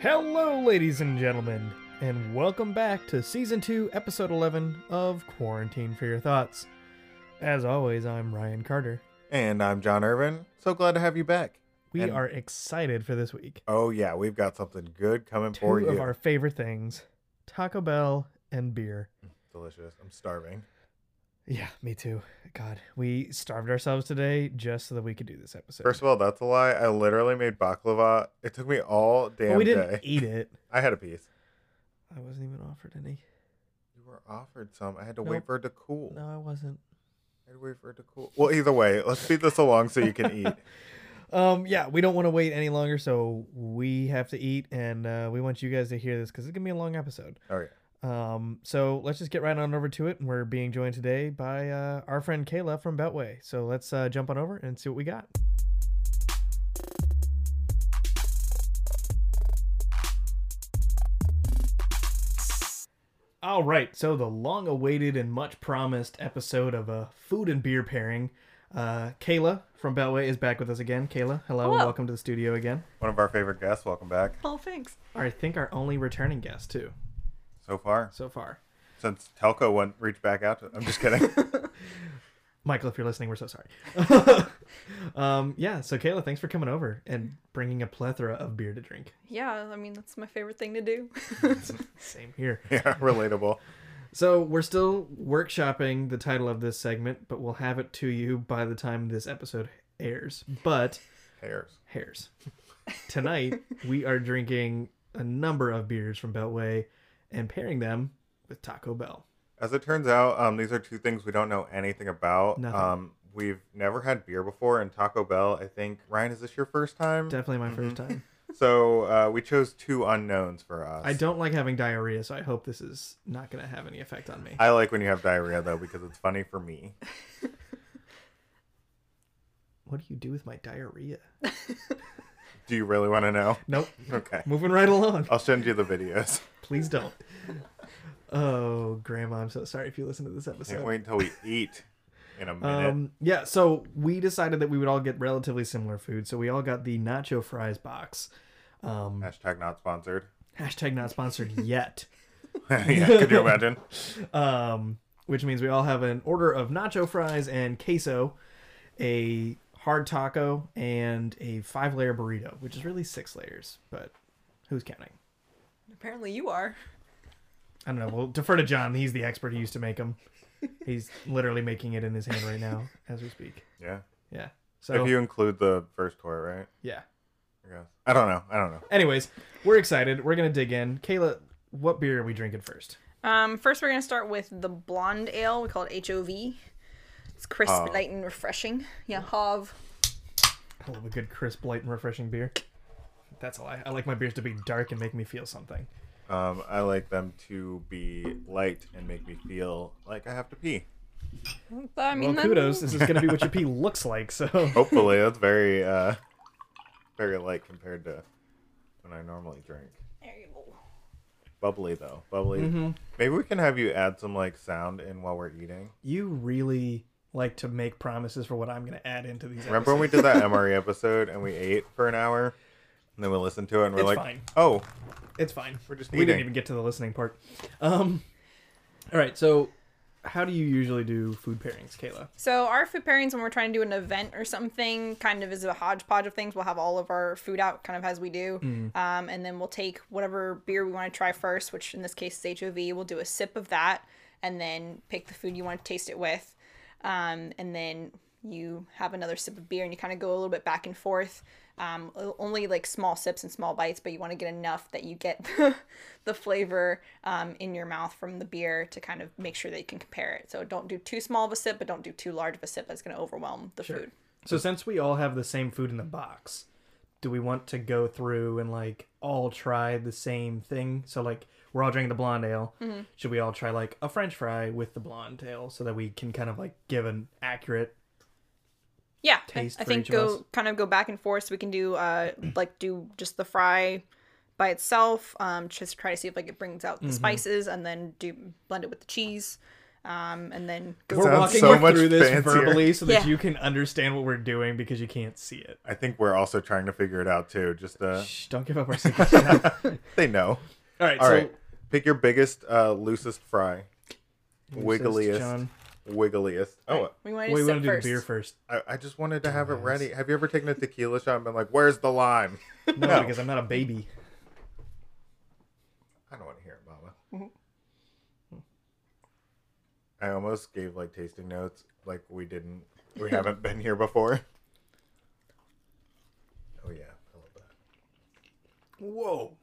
Hello, ladies and gentlemen, and welcome back to Season 2, Episode 11 of Quarantine for Your Thoughts. As always, I'm Ryan Carter. And I'm John Irvin. So glad to have you back. We And- are excited for this week. Oh yeah, we've got something good coming Two for you. of our favorite things Taco Bell and beer. Delicious. I'm starving. Yeah, me too. God, we starved ourselves today just so that we could do this episode. First of all, that's a lie. I literally made baklava. It took me all damn but we didn't day. eat it. I had a piece. I wasn't even offered any. You were offered some. I had to Nope. wait for it to cool. No, I wasn't. I had to wait for it to cool. Well, either way, let's speed this along so you can eat. Um, yeah, we don't want to wait any longer, so we have to eat, and uh, we want you guys to hear this because it's gonna be a long episode. Oh yeah. Um, so let's just get right on over to it, and we're being joined today by uh, our friend Kayla from Beltway. So let's uh, jump on over and see what we got. All right, so the long-awaited and much-promised episode of a food and beer pairing. Uh, Kayla from Beltway is back with us again. Kayla, hello, and Hello. welcome to the studio again. One of our favorite guests. Welcome back. Oh, thanks. I think our only returning guest too So far, so far. since Telco went reached back out. To, I'm just kidding. Michael, if you're listening, we're so sorry. um, yeah, so Kayla, thanks for coming over and bringing a plethora of beer to drink. Yeah, I mean that's my favorite thing to do. Same here. yeah, relatable. So we're still workshopping the title of this segment, but we'll have it to you by the time this episode airs. But Hairs. hairs. Tonight, we are drinking a number of beers from Beltway and pairing them with Taco Bell. As it turns out, um, these are two things we don't know anything about. Nothing. Um, we've never had beer before, and Taco Bell. I think Ryan, is this your first time? Definitely my first time. so uh, we chose two unknowns for us. I don't like having diarrhea, so I hope this is not going to have any effect on me. I like when you have diarrhea though because it's funny for me. What do you do with my diarrhea? Do you really want to know? Nope. Okay, Moving right along. I'll send you the videos. Please don't. Oh, Grandma, I'm so sorry if you listen to this Can't episode. wait until we eat in a minute. Um, yeah, so we decided that we would all get relatively similar food, so we all got the nacho fries box. Um, Hashtag not sponsored. hashtag not sponsored yet. yeah, could you imagine? Um, which means we all have an order of nacho fries and queso, a hard taco, and a five layer burrito, which is really six layers, but who's counting? Apparently you are. I don't know. We'll defer to John. He's the expert. He used to make them. He's literally making it in his hand right now as we speak. Yeah. Yeah. So If you include the first toy, right? yeah. I guess. I don't know. I don't know. Anyways, we're excited. We're gonna dig in. Kayla, what beer are we drinking first? Um, first we're gonna start with the blonde ale. We call it HOV. It's crisp, Oh. Hov. light, and refreshing. Yeah, Hov. I love a good crisp, light, and refreshing beer. That's all I. I like my beers to be dark and make me feel something. Um, I like them to be light and make me feel like I have to pee. I mean, Well, that- kudos. This is gonna be what your pee looks like. So Hopefully, that's very, uh, very light compared to when I normally drink. There you go. Bubbly though, bubbly. Maybe we can have you add some like sound in while we're eating. you really like to make promises for what I'm gonna add into these. Remember when we did that MRE episode and we ate for an hour, and then we listened to it and we're It's like, fine. oh, It's fine. We're just we eating. didn't even get to the listening part. Um, all right. So, how do you usually do food pairings, Kayla? So our food pairings, when we're trying to do an event or something, kind of is a hodgepodge of things. We'll have all of our food out, kind of as we do, Hmm. um, and then we'll take whatever beer we want to try first, which in this case is HOV. We'll do a sip of that, and then pick the food you want to taste it with, um, and then you have another sip of beer, and you kind of go a little bit back and forth. Um, o- only like small sips and small bites, but you want to get enough that you get the flavor um, in your mouth from the beer to kind of make sure that you can compare it. So don't do too small of a sip, but don't do too large of a sip. That's going to overwhelm the food. So, since we all have the same food in the box, do we want to go through and like all try the same thing? So, like we're all drinking the blonde ale. Should we all try like a French fry with the blonde ale so that we can kind of like give an accurate? Yeah, I- Taste I, for think each of go us. kind of go back and forth. So we can do uh like do just the fry by Mm-hmm. itself. Um, just try to see if like it brings out the spices, and then do blend it with the cheese. Um, and then go We're Sounds walking so you much through this fancier. verbally so that Yeah. you can understand what we're doing because you can't see it. I think we're also trying to figure it out too. Just uh, Shh, don't give up our secret. All they know. right, All so right, pick your biggest, uh, loosest fry, Who says wiggliest, John? wiggliest. Oh, we want Wait, we want to sip to do the first. beer first. I, I just wanted to have it ready. Have you ever taken a tequila shot and been like, "Where's the lime?" No, No. because I'm not a baby. I don't want to hear it, Mama. I almost gave like tasting notes, like we didn't, we haven't been here before. Oh yeah, I love that. Whoa.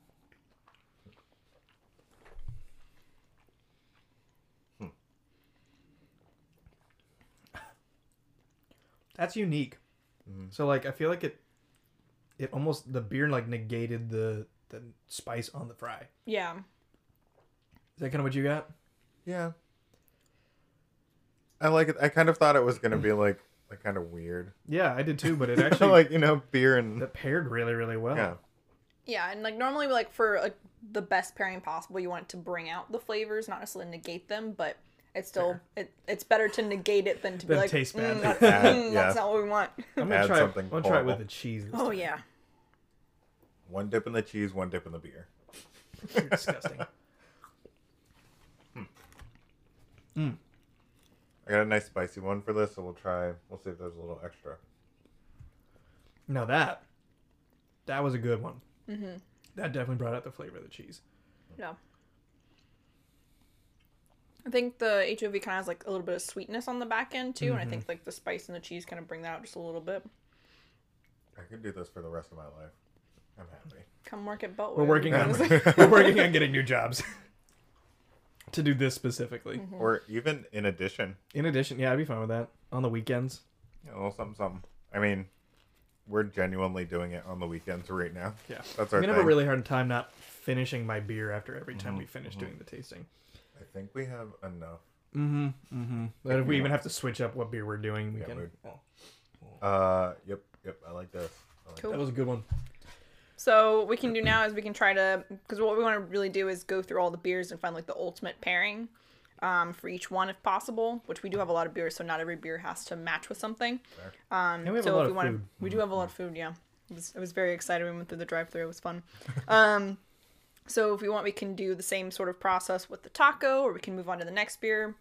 Hmm. That's unique. Mm. So like I feel like it it almost the beer like negated the the spice on the fry. Is Yeah. that kind of what you got? Yeah, I like it. I kind of thought it was gonna be like, like kind of weird, Yeah, I did too, but it actually like like you know, beer and that paired really really well. yeah. Yeah, and like normally, like for like the best pairing possible, you want it to bring out the flavors, not necessarily negate them, but it's still it, it's better to negate it than to be Than like taste bad. "Mm, that's, Add- mm, yeah. that's not what we want. I'm gonna Add try something I'm gonna try it with horrible. the cheese. This oh time. yeah, One dip in the cheese, one dip in the beer. You're disgusting. I got a nice spicy one for this, so we'll try. We'll see if there's a little extra. Now that that was a good one. Mm-hmm. That definitely brought out the flavor of the cheese. yeah. I think the HOV kind of has like a little bit of sweetness on the back end too, Mm-hmm. and I think like the spice and the cheese kind of bring that out just a little bit. I could do this for the rest of my life. I'm happy. Come work at Beltway. We're working on we're working on getting new jobs to do this specifically. Mm-hmm. Or even in addition, In addition, yeah, I'd be fine with that on the weekends. a little something, something. I mean, we're genuinely doing it on the weekends right now. Yeah, That's I our mean, I have thing. a really hard time not finishing my beer after every time we finish doing the tasting. I think we have enough. But if we even have to switch up what beer Mm-hmm. we're doing, we Yeah, can. we- Uh, yep, yep. I like this. I like Cool. That was a good one. So what we can do now is we can try to because what we want to really do is go through all the beers and find like the ultimate pairing um, for each one if possible. Which we do have a lot of beers, so not every beer has to match with something. Um, And we have so a lot if of we want to, food. we do have a lot of food. Yeah, I was, I was very excited. when We went through the drive-through. It was fun. Um, so if we want, we can do the same sort of process with the taco, or we can move on to the next beer.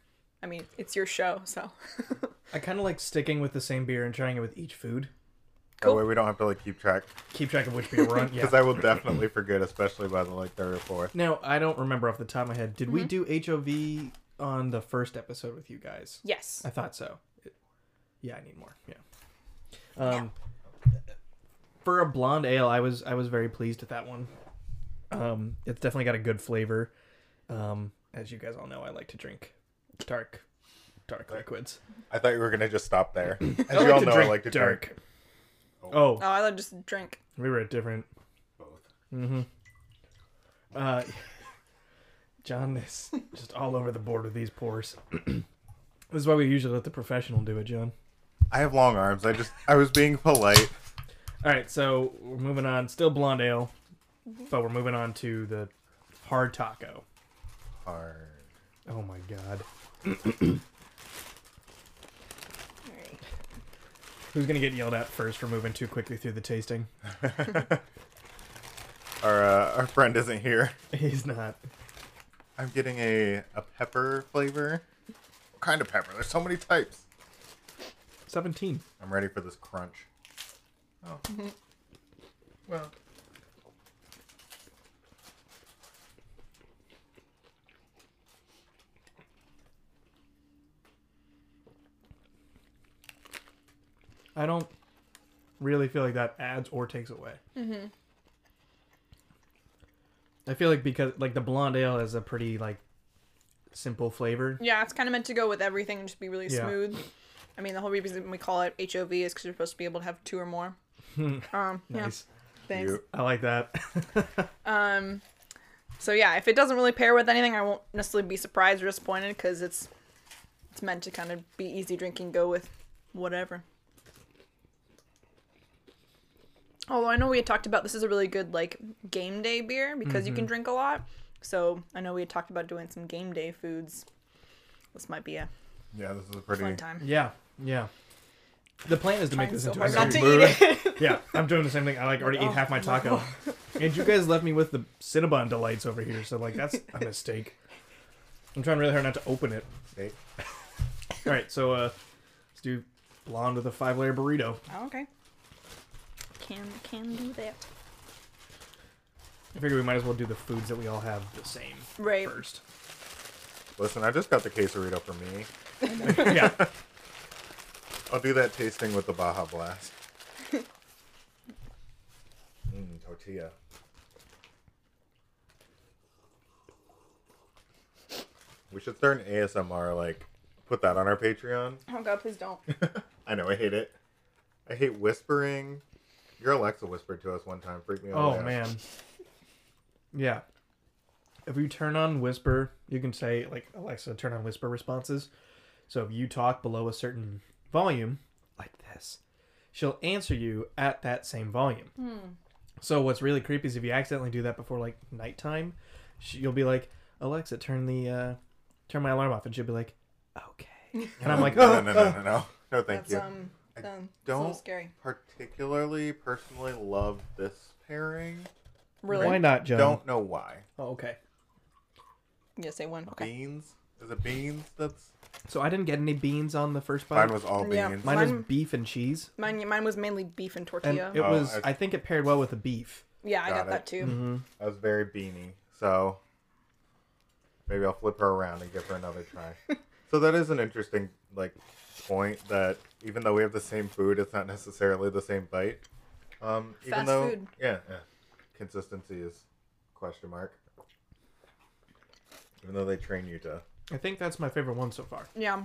I mean, it's your show, so I kind of like sticking with the same beer and trying it with each food. That cool. way we don't have to like keep track Keep track of which beer we're on. Yeah. because I will definitely forget, especially by the like third or fourth. Now I don't remember off the top of my head. Did we do HOV on the first episode with you guys? yes, I thought so. It- yeah, I need more. Yeah. Um, for a blonde ale, I was I was very pleased with that one. Um, it's definitely got a good flavor. Um, as you guys all know, I like to drink dark, dark liquids. I thought you were gonna just stop there. As you I like all to know, I drink like to drink dark. Oh, oh, I just drink. we were at different. Mm-hmm. both. Uh, John is just all over the board with these pours. this is why we usually let the professional do it, John. I have long arms. I just I was being polite. All right, so we're moving on. Still blonde ale, but we're moving on to the hard taco. Hard. Oh my god, All right. who's gonna get yelled at first for moving too quickly through the tasting? Our uh, our friend isn't here. He's not. I'm getting a, a pepper flavor. What kind of pepper? There's so many types. Seventeen. I'm ready for this crunch. Oh. Well. I don't really feel like that adds or takes away. Mm-hmm. I feel like because like the blonde ale is a pretty like simple flavor. Yeah, it's kind of meant to go with everything and just be really Yeah. smooth. I mean, the whole reason we call it HOV is because you're supposed to be able to have two or more. um, Nice. Yeah, thanks. You- I like that. Um, so yeah, if it doesn't really pair with anything, I won't necessarily be surprised or disappointed because it's it's meant to kind of be easy drinking, go with whatever. Although I know we had talked about this is a really good like game day Mm-hmm. beer because you can drink a lot. So I know we had talked about doing some game day foods. this might be a Yeah, this is a fun pretty. time. Yeah, yeah. The plan is to make Trying this so into hard a not sandwich. to movie. eat it. Yeah, I'm doing the same thing. I like already Oh, ate half my taco, and you guys left me with the Cinnabon delights over here. So like that's a mistake. I'm trying really hard not to open it. Hey, All right, so uh, let's do blonde with a five layer burrito. oh, okay. Can can do that. I figure we might as well do the foods that we all have the same Right. first. Listen, I just got the quesarito for me. yeah, I'll do that tasting with the Baja Blast. Mmm, tortilla. We should start an ASMR, like, put that on our Patreon. Oh god, please don't. I know, I hate it. I hate whispering. Your Alexa whispered to us one time, freaked me all Oh out. man. Yeah. If you turn on whisper, you can say like Alexa, turn on whisper responses. So if you talk below a certain volume, like this, she'll answer you at that same volume. So what's really creepy is if you accidentally do that before like nighttime, she, you'll be like, Alexa, turn the uh, turn my alarm off, and she'll be like, okay, and I'm like, No, oh, no, no, no, no, no. No, thank That's you. um, I um it's a little Don't scary. particularly personally love this pairing. Really? why not, John? Don't know why. Oh, okay. I'm gonna say one. Okay. Beans? Is it beans? That's So I didn't get any beans on the first bite. mine was all beans. Yeah. Mine was Mine- beef and cheese. Mine mine was mainly beef and and tortilla. it Oh, was I- I... think it paired well with the beef yeah, I Got got it. that too. I was very beanie, so maybe I'll flip her around and give her another try. so that is an interesting like point that even though we have the same food, it's not necessarily the same bite. Um, even Fast though food. yeah, yeah, consistency is question mark. Even though they train you to i think that's my favorite one so far Yeah.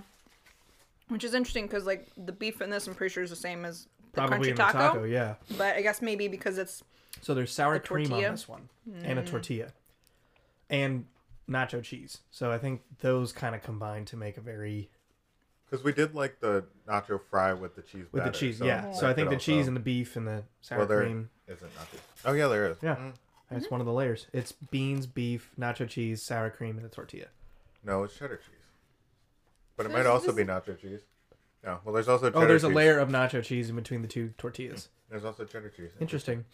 Which is interesting because like the beef in this, I'm pretty sure is the same as the probably crunchy in the taco, taco. yeah But I guess maybe because it's so there's sour The cream on tortilla? Mm. this one and a tortilla and nacho cheese so i think those kind of combine to make a very because we did like the nacho fry with the cheese. with batter, the cheese so yeah so i think the cheese and the beef and the sour well, there cream isn't nacho. Oh yeah, there is. yeah Mm. Mm-hmm. that's one of the layers it's beans beef nacho cheese sour cream and a tortilla No, it's cheddar cheese. But it There's- might also this- be nacho cheese. No, well, there's also cheddar oh there's a cheese. layer of nacho cheese in between the two tortillas There's also cheddar cheese. interesting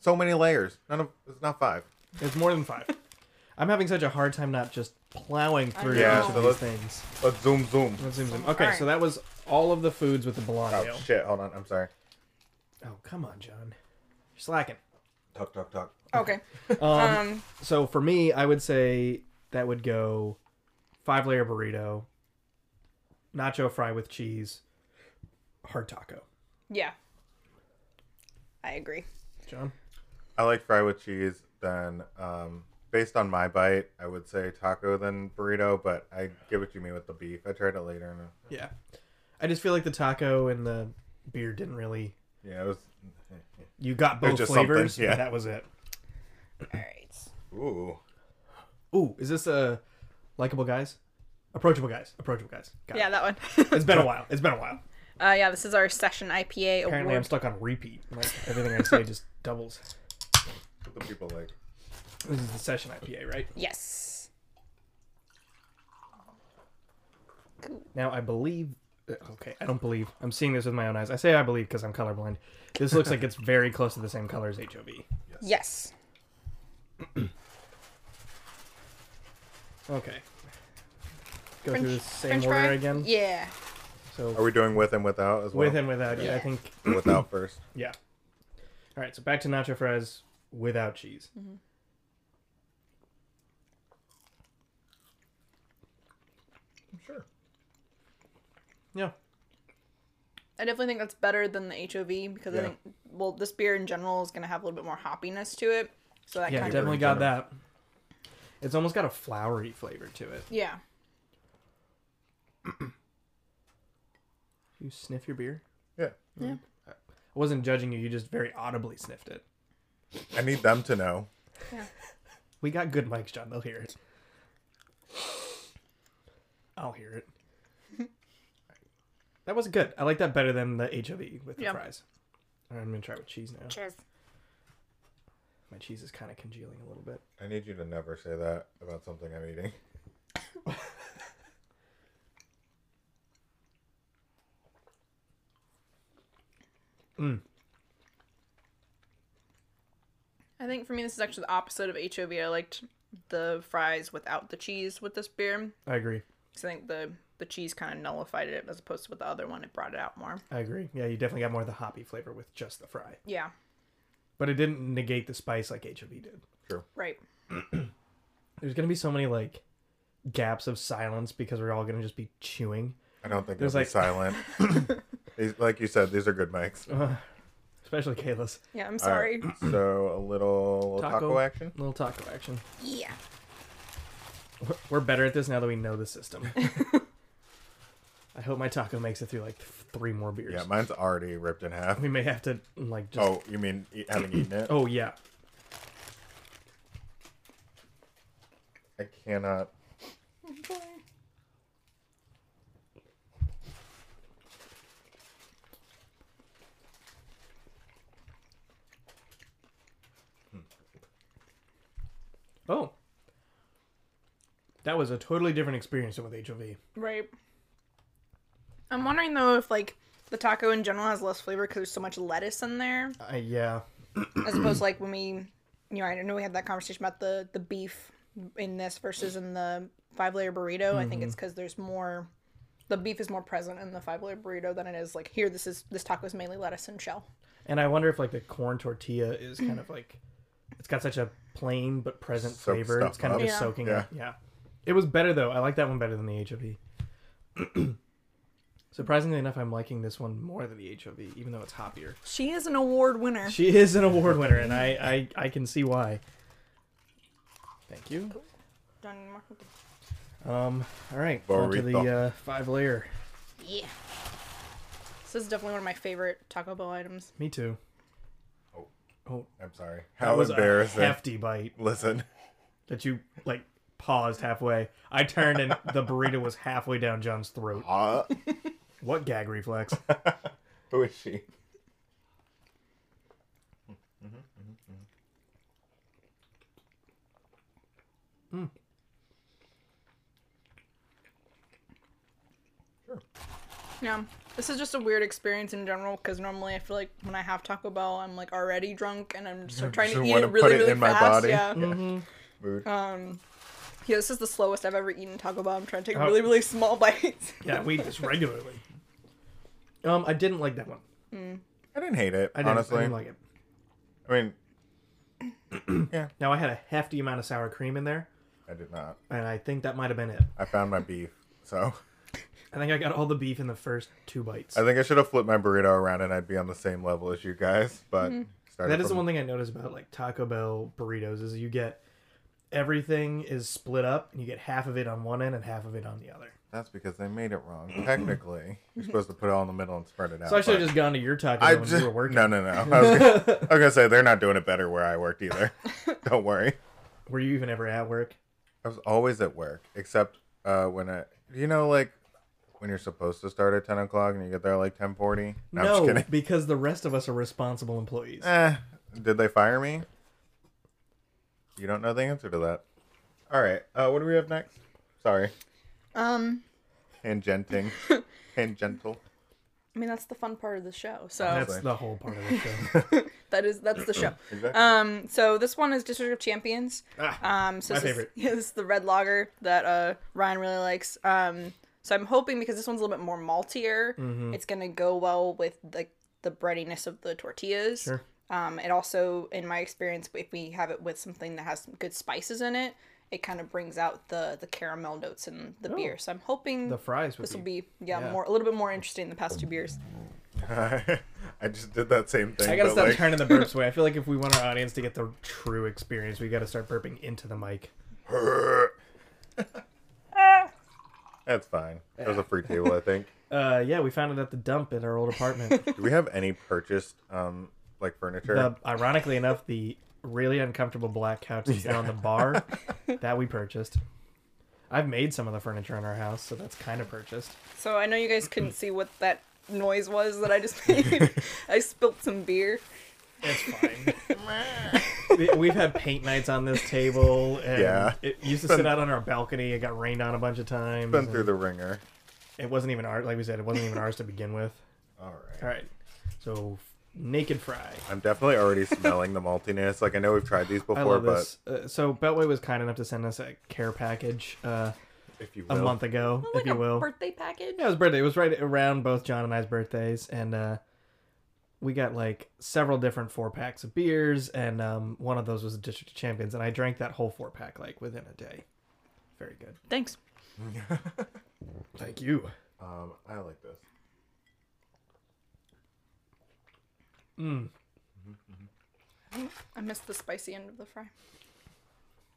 So many layers. None of it's not five. it's more than five i'm having such a hard time not just plowing through know. each Yeah, so of these let's- things Let's zoom zoom. That zooms in. Some- Okay, alright. so that was all of the foods with the blonde Oh ale. shit! Hold on. I'm sorry. Oh, come on, John. You're slacking. Talk talk talk. okay. Um, Um, so for me, I would say that would go five layer burrito, nacho fry with cheese, hard taco. yeah. I agree. John? I like fry with cheese. Then, um, based on my bite, I would say taco then burrito. But I get what you mean with the beef. I tried it later and uh, Yeah. I just feel like the taco and the beer didn't really. yeah, it was. You got They're both just flavors, something, yeah. but that was it. All right. Ooh. Ooh, is this a likable guys? Approachable guys. Approachable guys. Got Yeah, it. that one. It's been a while. It's been a while. uh, yeah, this is our session IPA Apparently, I'm award. stuck on repeat. Like everything I say just doubles. What the people like. This is the session IPA, right? Yes. Now I believe. uh, Okay, I don't believe. I'm seeing this with my own eyes. I say I believe because I'm colorblind. This looks like it's very close to the same color as HOV. Yes. Okay. Go French- through the same French order fry? again. Yeah. Are So we doing with and without as well? with and without. Yeah, I think. without first. Yeah. All right. So back to nacho fries without cheese. Sure. Yeah. I definitely think that's better than the HOV because I Yeah. think, well, this beer in general is going to have a little bit more hoppiness to it. So that Yeah, kind of. definitely in got general. that. It's almost got a flowery flavor to it. Yeah. You sniff your beer. Yeah. I wasn't judging you. You just very audibly sniffed it. I need them to know. We got good mics, John. They'll hear it. I'll hear it. that was good. I like that better than the HOV with the Yeah. fries. All right, I'm gonna try with cheese now. Cheers. My cheese is kind of congealing a little bit. I need you to never say that about something I'm eating. I think for me, this is actually the opposite of HOV. I liked the fries without the cheese with this beer. I agree. Because I think the, the cheese kind of nullified it as opposed to with the other one. It brought it out more. I agree. Yeah, you definitely got more of the hoppy flavor with just the fry, Yeah, but it didn't negate the spice like HOV did. right. There's gonna be so many like gaps of silence because we're all gonna just be chewing, I don't think There's it'll be like- silent. These- like you said, these are good mics. especially Kayla's Yeah, I'm All sorry. right, so a little, little taco. Oh. Taco. action. little taco action. Yeah. We're better at this now that we know the system. I hope my taco makes it through like three more beers. Yeah, mine's already ripped in half. we may have to like just. Oh, Oh, you mean eat, having eaten it? yeah. I cannot. Oh. That was a totally different experience than with HOV. Right. I'm wondering though if like the taco in general has less flavor because there's so much lettuce in there, Uh, yeah. as opposed to like when we, you know, I know we had that conversation about the the beef in this versus in the five layer burrito. I think Mm-hmm. it's because there's more. The beef is more present in the five layer burrito than it is like here. This is this taco is mainly lettuce and shell. And I wonder if like the corn tortilla is kind of like it's got such a plain but present Soak flavor. stuff It's kind of up. just Yeah. soaking Yeah. up. Yeah. It was better though. I like that one better than the HOV. Surprisingly enough, I'm liking this one more than the HOV, even though it's hoppier. She is an award winner. She is an award winner, and I, I, I can see why. Thank you. Um, all right, on to the Burrito. uh, five layer. Yeah. This is definitely one of my favorite Taco Bell items. Me too. Oh. oh I'm sorry. that How was embarrassing. a hefty bite Listen, that you like paused halfway. I turned and the burrito was halfway down John's throat. uh, What gag reflex? who is she? Yeah, this is just a weird experience in general because normally I feel like when I have Taco Bell, I'm like already drunk and I'm just like, trying to Just eat wanna it really, put it really in my fast. body. Yeah. Mood. Um, yeah, this is the slowest I've ever eaten Taco Bell. I'm trying to take really, really small bites. Yeah, we eat this regularly. Um, I didn't like that one. I didn't hate it. I didn't, honestly, I didn't like it. I mean, Now I had a hefty amount of sour cream in there, I did not. and I think that might have been it. I found my beef. So I think I got all the beef in the first two bites. I think I should have flipped my burrito around and I'd be on the same level as you guys. But started That is the from- one thing I noticed about like Taco Bell burritos is you get everything is split up and you get half of it on one end and half of it on the other. That's because they made it wrong. Technically, you're supposed to put it all in the middle and spread it out. So I should but- have just gone to your Taco Bell I when just, you were working. No, no, no. I was, gonna, I was gonna say they're not doing it better where I worked either. Don't worry. Were you even ever at work? I was always at work, except uh, when I, you know, like when you're supposed to start at ten o'clock and you get there at, like ten forty. No, I'm just no, kidding. because the rest of us are responsible employees. Eh, did they fire me? You don't know the answer to that. All right. Uh, what do we have next? Sorry, Um, tangenting, tangential. I mean that's the fun part of the show. So That's like- the whole part of the show. that is that's the show. Exactly. Um, so this one is District of Champions. Um, so Ah, my this favorite. Is, yeah, this is the red lager that uh, Ryan really likes. Um, so I'm hoping because this one's a little bit more maltier, Mm-hmm. it's gonna go well with the the breadiness of the tortillas. Sure. Um, it also, in my experience, if we have it with something that has some good spices in it, it kind of brings out the the caramel notes in the beer. So I'm hoping Oh. the fries would this be, will be yeah, yeah. more a little bit more interesting than the past two beers. I just did that same thing. I gotta but, stop like, turning the burps away. I feel like if we want our audience to get the true experience, we gotta start burping into the mic. That's fine. That was a free table, I think. Uh, yeah, we found it at the dump at our old apartment. Do we have any purchased um like furniture? the, ironically enough, the really uncomfortable black couch that's down on the bar that we purchased. I've made some of the furniture in our house, so that's kind of purchased. So I know you guys couldn't see what that noise was that I just made. I spilled some beer. It's fine. We- We've had paint nights on this table, and Yeah. it used to Been- sit out on our balcony. It got rained on a bunch of times. been and through the ringer. It wasn't even ours, like we said, it wasn't even ours to begin with. All right. All right, so naked fry. I'm definitely already smelling the maltiness. Like I know we've tried these I before, love but this. Uh, so Beltway was kind enough to send us a care package uh, if you a will, month ago, like if you a will. birthday package. Yeah, it was birthday. It was right around both John and I's birthdays, and uh, we got like several different four packs of beers, and um, one of those was the District of Champions, and I drank that whole four pack like within a day. Very good. Thanks. Thank you. um, I like this. I missed the spicy end of the fry.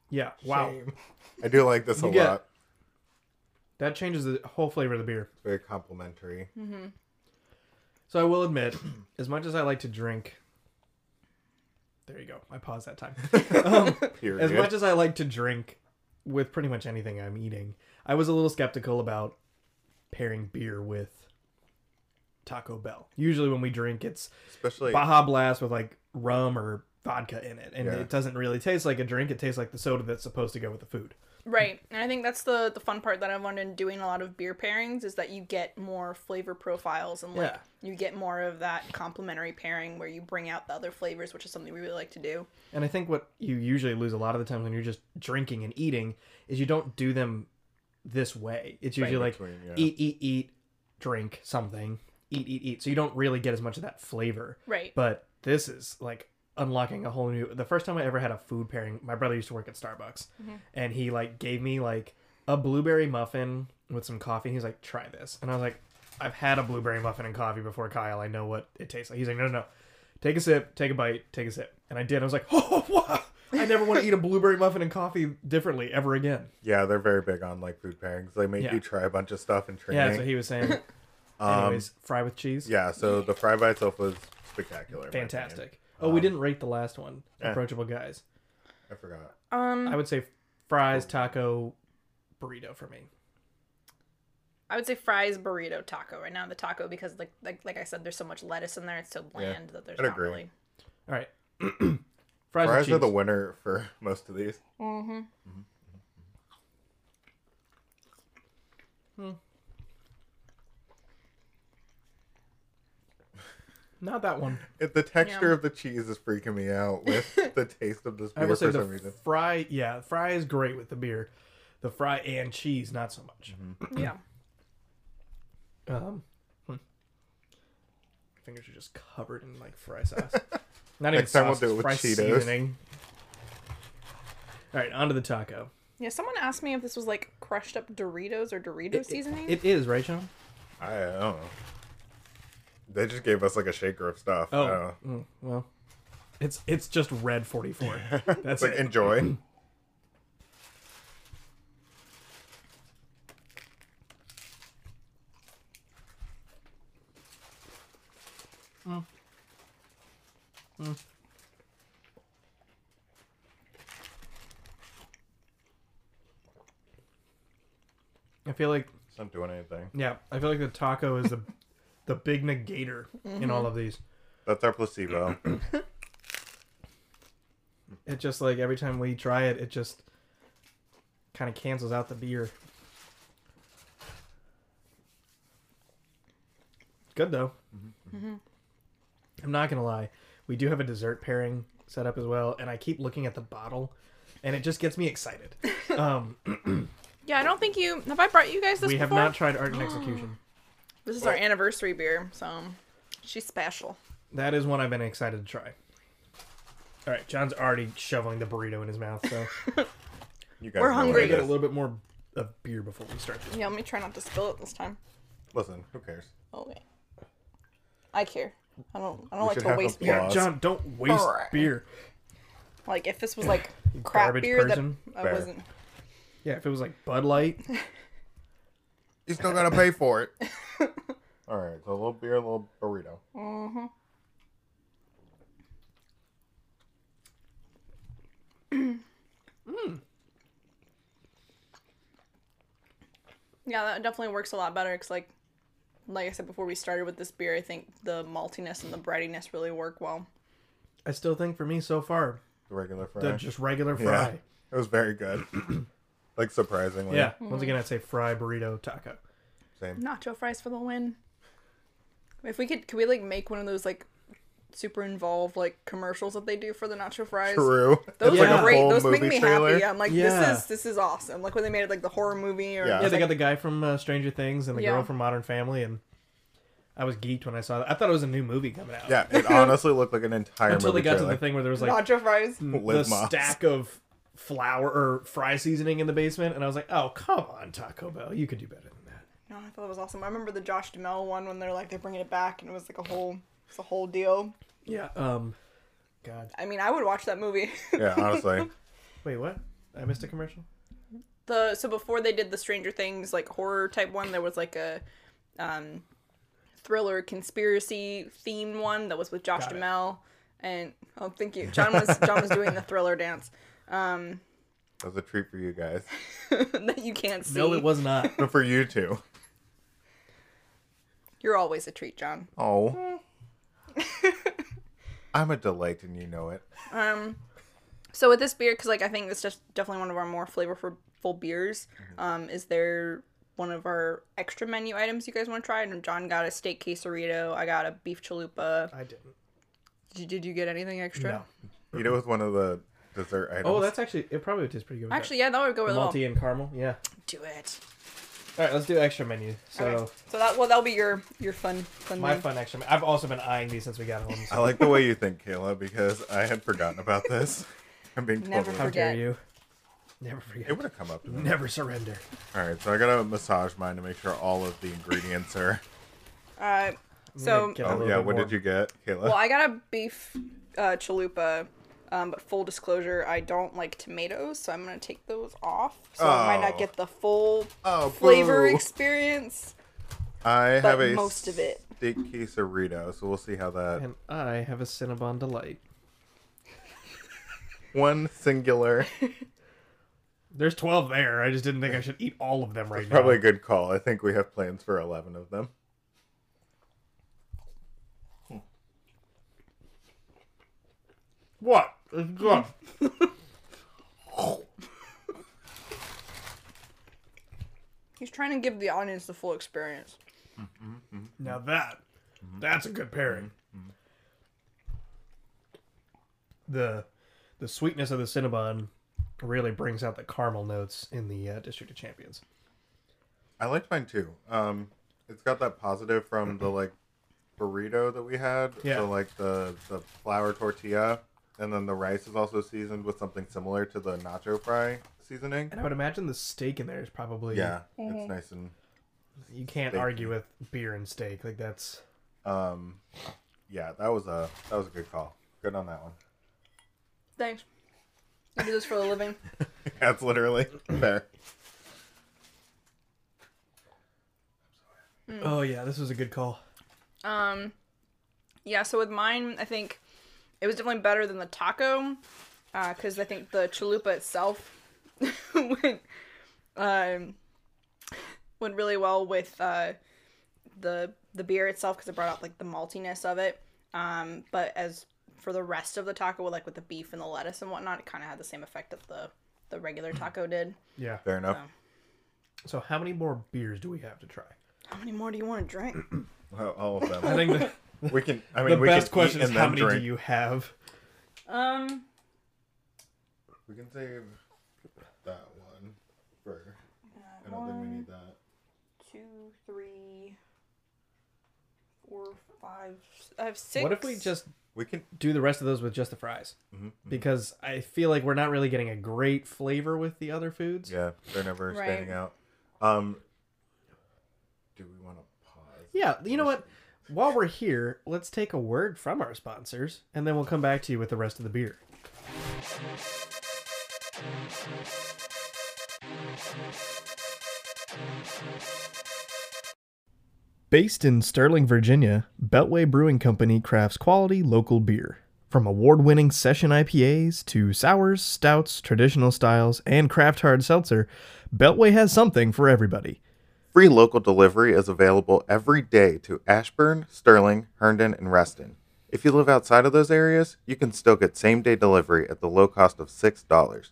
Yeah. Wow. I do like this You a get- lot. That changes the whole flavor of the beer. It's very complimentary. So I will admit, as much as I like to drink, there you go. I paused that time. Period. as much as I like to drink with pretty much anything I'm eating, I was a little skeptical about pairing beer with Taco Bell. Usually, when we drink, it's Especially Baja Blast with like rum or vodka in it, and Yeah. it doesn't really taste like a drink. It tastes like the soda that's supposed to go with the food. Right, and I think that's the the fun part that I've learned in doing a lot of beer pairings is that you get more flavor profiles and like Yeah. you get more of that complementary pairing where you bring out the other flavors, which is something we really like to do. And I think what you usually lose a lot of the times when you're just drinking and eating is you don't do them this way. It's usually like between, yeah. eat, eat, eat, drink something, eat, eat, eat. So you don't really get as much of that flavor. Right. But this is like unlocking a whole new. The first time I ever had a food pairing, my brother used to work at Starbucks, and he like gave me like a blueberry muffin with some coffee. He's like, "Try this," and I was like, "I've had a blueberry muffin and coffee before, Kyle. I know what it tastes like." He's like, "No, no, no. Take a sip. Take a bite. Take a sip." And I did. I was like, "Oh, wow." I never want to eat a blueberry muffin and coffee differently ever again. yeah, they're very big on like food pairings. They make Yeah. you try a bunch of stuff and training. Um, Yeah, that's what he was saying. Anyways, fry with cheese. Yeah, so the fry by itself was spectacular. in my opinion. Fantastic. Oh, we didn't rate the last one. Yeah. Approachable guys. I forgot. Um, I would say fries, taco, burrito for me. I would say fries, burrito, taco right now. The taco because like like like I said, there's so much lettuce in there, it's so bland that there's I'd not agree. really. All right. fries, Fries are with the cheese. winner for most of these. Mm-hmm. Not that one. It, the texture of the cheese is freaking me out with the taste of this I beer will for say some the reason. fry. Yeah, fry is great with the beer. The fry and cheese, not so much. yeah. Mm-hmm. Um, hmm. Fingers are just covered in like fry sauce. Not even Next time we'll sauce, do it it's with fry Cheetos. seasoning. All right, onto the taco. Yeah, someone asked me if this was like crushed up Doritos or Dorito seasoning. It is right, John. I, I don't know. They just gave us like a shaker of stuff. I Oh, don't know. mm, well, it's it's just red forty four. That's It's like it. enjoy. I feel like It's not doing anything. yeah, I feel like the taco is the the big negator in all of these. That's our placebo. It just like every time we try it, it just kind of cancels out the beer. Good though. I'm not gonna lie, we do have a dessert pairing set up as well, and I keep looking at the bottle, and it just gets me excited. Um, yeah, I don't think you have I brought you guys this we have before? not tried art and execution. This is our anniversary beer, so she's special. That is one I've been excited to try. All right, John's already shoveling the burrito in his mouth, so You guys We're know what hungry. we it get a is. little bit more of beer before we start. This. Yeah, let me try not to spill it this time. Listen, who cares? Okay. I care. I don't. I don't We like should to have waste a- beer. Yeah, John, don't waste Alright. beer. Like if this was like crap garbage beer person. that I Fair. wasn't. Yeah, if it was like Bud Light, You still gotta pay for it. All right, so a little beer, a little burrito. Yeah, that definitely works a lot better. Cause like, like I said before, we started with this beer. I think the maltiness and the breadiness really work well. I still think for me so far, The regular fry. the just regular yeah, fry. it was very good. like surprisingly. Yeah. Once again, I'd say fry, burrito, taco. Same. Nacho fries for the win. If we could, could we like make one of those like super involved like commercials that they do for the nacho fries. True. Those It's like are a great. full Those make movie me trailer. happy. I'm like, Yeah. this is this is awesome. Like when they made it like the horror movie or Yeah. Yeah, they got like, the guy from uh, Stranger Things and the Yeah. girl from Modern Family, and I was geeked when I saw that. I thought it was a new movie coming out. Yeah, it honestly looked like an entire Until they movie got to trailer. the thing where there was like nacho fries. Mm. the Live Moss. stack of flour or fry seasoning in the basement, and I was like, "Oh, come on, Taco Bell, you could do better than that." No, I thought it was awesome. I remember the Josh Duhamel one when they're like they're bringing it back and it was like a whole it's a whole deal. Yeah. Um. God. I mean, I would watch that movie. yeah, honestly. Wait, what? I missed a commercial. the so before they did the Stranger Things like horror type one, there was like a um thriller conspiracy themed one that was with Josh Got it. Duhamel and oh thank you. John was John was doing the thriller dance. Um That was a treat for you guys. that you can't see. No, it was not. But for you too. You're always a treat, John. Oh. I'm a delight and you know it. Um, so with this beer, because like I think this just definitely one of our more flavorful beers. Mm-hmm. Um, is there one of our extra menu items you guys want to try? And John got a steak quesarito. I got a beef chalupa. I didn't. Did you, did you get anything extra? No. Eat it with one of the dessert items. Oh, that's actually it. Probably would taste pretty good. with that. Actually, yeah, that would go really well. malty and caramel. Yeah. Do it. All right, let's do extra menu. So Okay. So that well, that'll be your your fun fun. my one. fun extra. I've also been eyeing these since we got home. I So like the way you think, Kayla, because I had forgotten about this. I'm being Never totally. how dare forget. you? Never It forget. would have come up to me. Never surrender. All right, so I gotta massage mine to make sure all of the ingredients are. Uh, so get a Oh little yeah, bit what more. did you get, Kayla? well, I got a beef uh, chalupa. Um, but full disclosure, I don't like tomatoes, so I'm gonna take those off. So I might Oh. not get the full oh, flavor boo. experience. I but have a most of it. steak quesarito, so we'll see how that And I have a Cinnabon delight. one singular. There's 12 there. I just didn't think I should eat all of them right now. Probably a good call. I think we have plans for eleven of them. What? It's good. He's trying to give the audience the full experience. now that, that's a good pairing. The the sweetness of the Cinnabon really brings out the caramel notes in the uh, District of Champions. I liked mine too. Um, it's got that positive from the like burrito that we had. Yeah. So like the the flour tortilla, and then the rice is also seasoned with something similar to the nacho fry seasoning. And I would imagine the steak in there is probably Yeah, Mm-hmm. it's nice and You can't Steak. argue with beer and steak. Like that's um, yeah. That was a that was a good call. Good on that one. Thanks. I do this for a living. That's literally fair. Oh yeah, this was a good call. Um, yeah. So with mine, I think it was definitely better than the taco, because I think the chalupa itself went um went really well with uh the the beer itself because it brought out like the maltiness of it. Um, but as for the rest of the taco, like with the beef and the lettuce and whatnot, it kind of had the same effect that the the regular taco did. Yeah. Fair enough. So how many more beers do we have to try? How many more do you want to drink? Well, all of I them. think the, We can. I mean, the we best can question eat is and how then many drink. do you have? Um, We can save that one for. I don't think we need that. two, three, four, five. s- I have six. What if we just We can. do the rest of those with just the fries? Mm-hmm, Because I feel like we're not really getting a great flavor with the other foods. Yeah, they're never Right. standing out. Um, do we want to pause? Yeah, you know what? While we're here, let's take a word from our sponsors, and then we'll come back to you with the rest of the beer. Based in Sterling, Virginia, Beltway Brewing Company crafts quality local beer. From award winning session IPAs to sours, stouts, traditional styles, and craft hard seltzer, Beltway has something for everybody. Free local delivery is available every day to Ashburn, Sterling, Herndon, and Reston. If you live outside of those areas, you can still get same day delivery at the low cost of $6.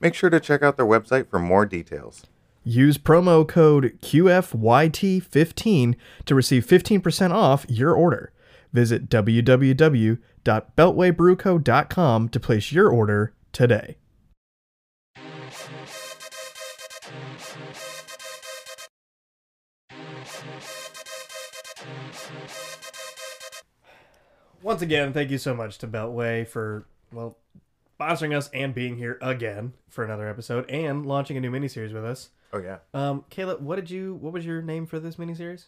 Make sure to check out their website for more details. Use promo code QFYT15 to receive 15% off your order. Visit www.beltwaybrewco.com to place your order today. Once again, thank you so much to Beltway for, well, sponsoring us and being here again for another episode and launching a new miniseries with us. Oh yeah. Um, Kayla, what did you, what was your name for this miniseries?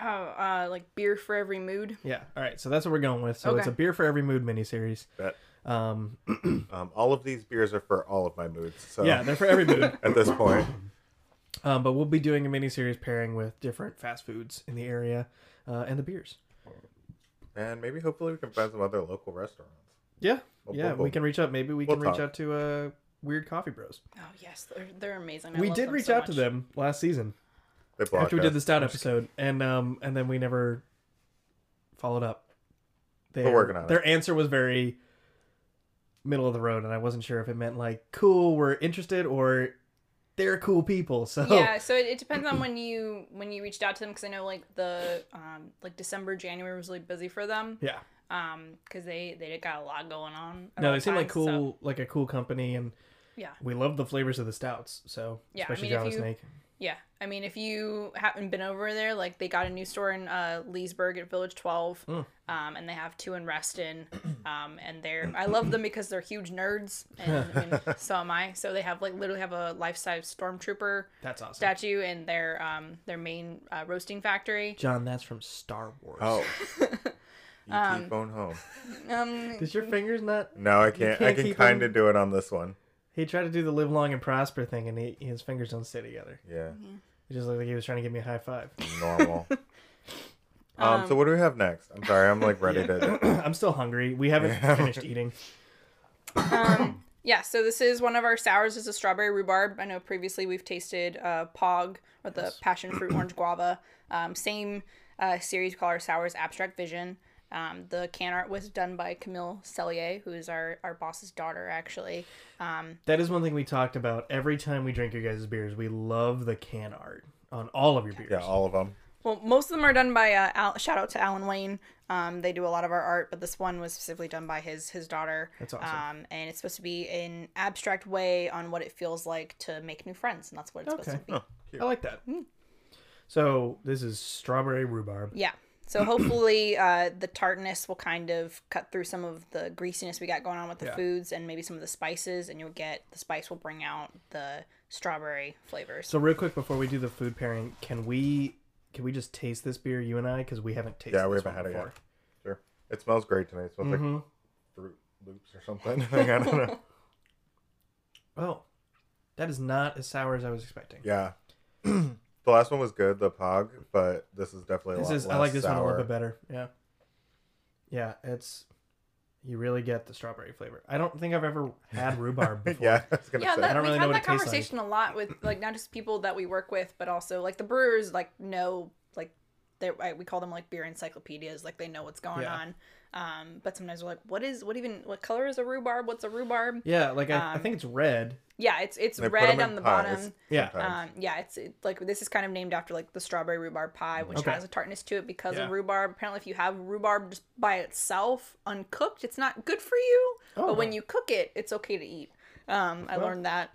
Oh, uh, like beer for every mood. Yeah. All right. So that's what we're going with. So it's Okay. a beer for every mood miniseries. But Um, um, all of these beers are for all of my moods. So yeah, they're for every mood. at this point, Um, but we'll be doing a miniseries pairing with different fast foods in the area uh, and the beers. and maybe hopefully we can find some other local restaurants. Yeah. Oh, Well, yeah, we'll- we'll- we can reach out. Maybe we we'll can reach talk. out to uh, Weird Coffee Bros. Oh yes, they're, they're amazing. I we love did them reach so out to much. them last season They blocked after we did us. the stout episode, and um, and then we never followed up. Their, working on it. Their answer was very middle of the road, and I wasn't sure if it meant like cool, we're interested, or they're cool people. So Yeah, so it, it depends on when you when you reached out to them because I know like the um like December January was really busy for them Yeah. um because they they got a lot going on. No, they around seem like time, cool, so- like a cool company, and Yeah. we love the flavors of the stouts. So Yeah, I especially mean, if Java you- Snake. Yeah, I mean, if you haven't been over there, like they got a new store in uh, Leesburg at Village Twelve, Mm. um, and they have two in Reston, um, and they're I love them because they're huge nerds, and I mean, so am I. So they have like literally have a life size stormtrooper That's awesome, statue in their um, their main uh, roasting factory. John. That's from Star Wars. Oh. ET phone home. Um, Does your fingers not? No, I can't. I can't can keep kind on- of do it on this one. He tried to do the live long and prosper thing, and he, his fingers don't stay together. Yeah, It just looked like he was trying to give me a high five. normal. um, so what do we have next? I'm sorry, I'm like ready to. I'm still hungry. We haven't Yeah. finished eating. Yeah, so this is one of our sours. It's a strawberry rhubarb. I know previously we've tasted uh, Pog with the passion fruit orange guava. Um, same uh, series, we call our sours Abstract Vision. Um, the can art was done by Camille Cellier, who is our, our boss's daughter, actually. That is one thing we talked about every time we drink your guys' beers. We love the can art on all of your beers. Yeah, all of them. Well, most of them are done by uh, Al- shout out to Alan Wayne. Um, they do a lot of our art, but this one was specifically done by his his daughter. That's awesome. Um, and it's supposed to be an abstract way on what it feels like to make new friends, and that's what it's Okay. supposed to be. I like that. So this is strawberry rhubarb. Yeah. So hopefully uh, the tartness will kind of cut through some of the greasiness we got going on with the Yeah. foods and maybe some of the spices, and you'll get the spice will bring out the strawberry flavors. So real quick before we do the food pairing, can we can we just taste this beer, you and I, because we haven't tasted. Yeah, we this haven't one had it yet. before. Mm-hmm. Sure. It smells great to me. It smells like fruit loops or something. I don't know. Oh, that is not as sour as I was expecting. Yeah. the last one was good, the pog, but this is definitely a This lot is less I like this sour. one a little bit better. Yeah. Yeah, it's you really get the strawberry flavor. I don't think I've ever had rhubarb before. Yeah, I was gonna yeah, say. that, don't we've really know what had that it tastes like. conversation a lot with like not just people that we work with, but also like the brewers like know like they I- we call them like beer encyclopedias, like they know what's going Yeah. on. Um, but sometimes we're like, what is what even what color is a rhubarb? What's a rhubarb? Yeah, like I, I Um, think it's red. Yeah, it's it's They put 'em red in on the pies bottom. Yeah. sometimes. Um, yeah, it's it, like this is kind of named after like the strawberry rhubarb pie, which Okay. has a tartness to it because Yeah. of rhubarb. Apparently, if you have rhubarb just by itself, uncooked, it's not good for you. Oh. But when you cook it, it's okay to eat. Um, I Well. learned that.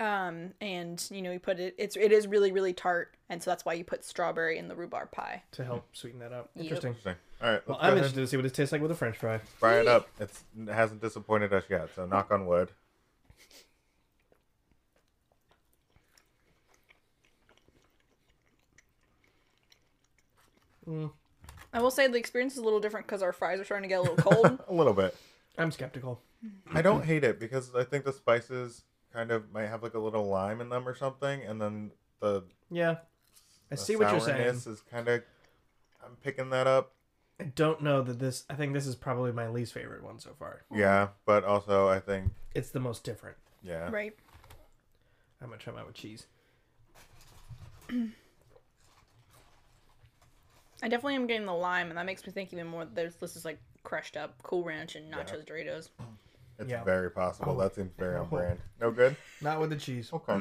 Um, and you know, you put it. It's it is really really tart, and so that's why you put strawberry in the rhubarb pie. To help sweeten that up. Yep. Interesting. Interesting. All right, let's Well, go I'm ahead interested to see what it tastes like with a French fry. and fry it up. It's, it hasn't disappointed us yet, so knock on wood. I will say the experience is a little different because our fries are starting to get a little cold. A little bit. I'm skeptical. I don't hate it because I think the spices kind of might have like a little lime in them or something, and then the, Yeah. I the see what you're saying. sourness is kind of. I'm picking that up. I don't know that this I think this is probably my least favorite one so far. Yeah, but also I think It's the most different. yeah. right. I'm gonna try mine with cheese. I definitely am getting the lime, and that makes me think even more. that There's this is like crushed up Cool Ranch and Nachos Doritos. It's Yeah. very possible. That seems very on brand. No good. Not with the cheese. Okay.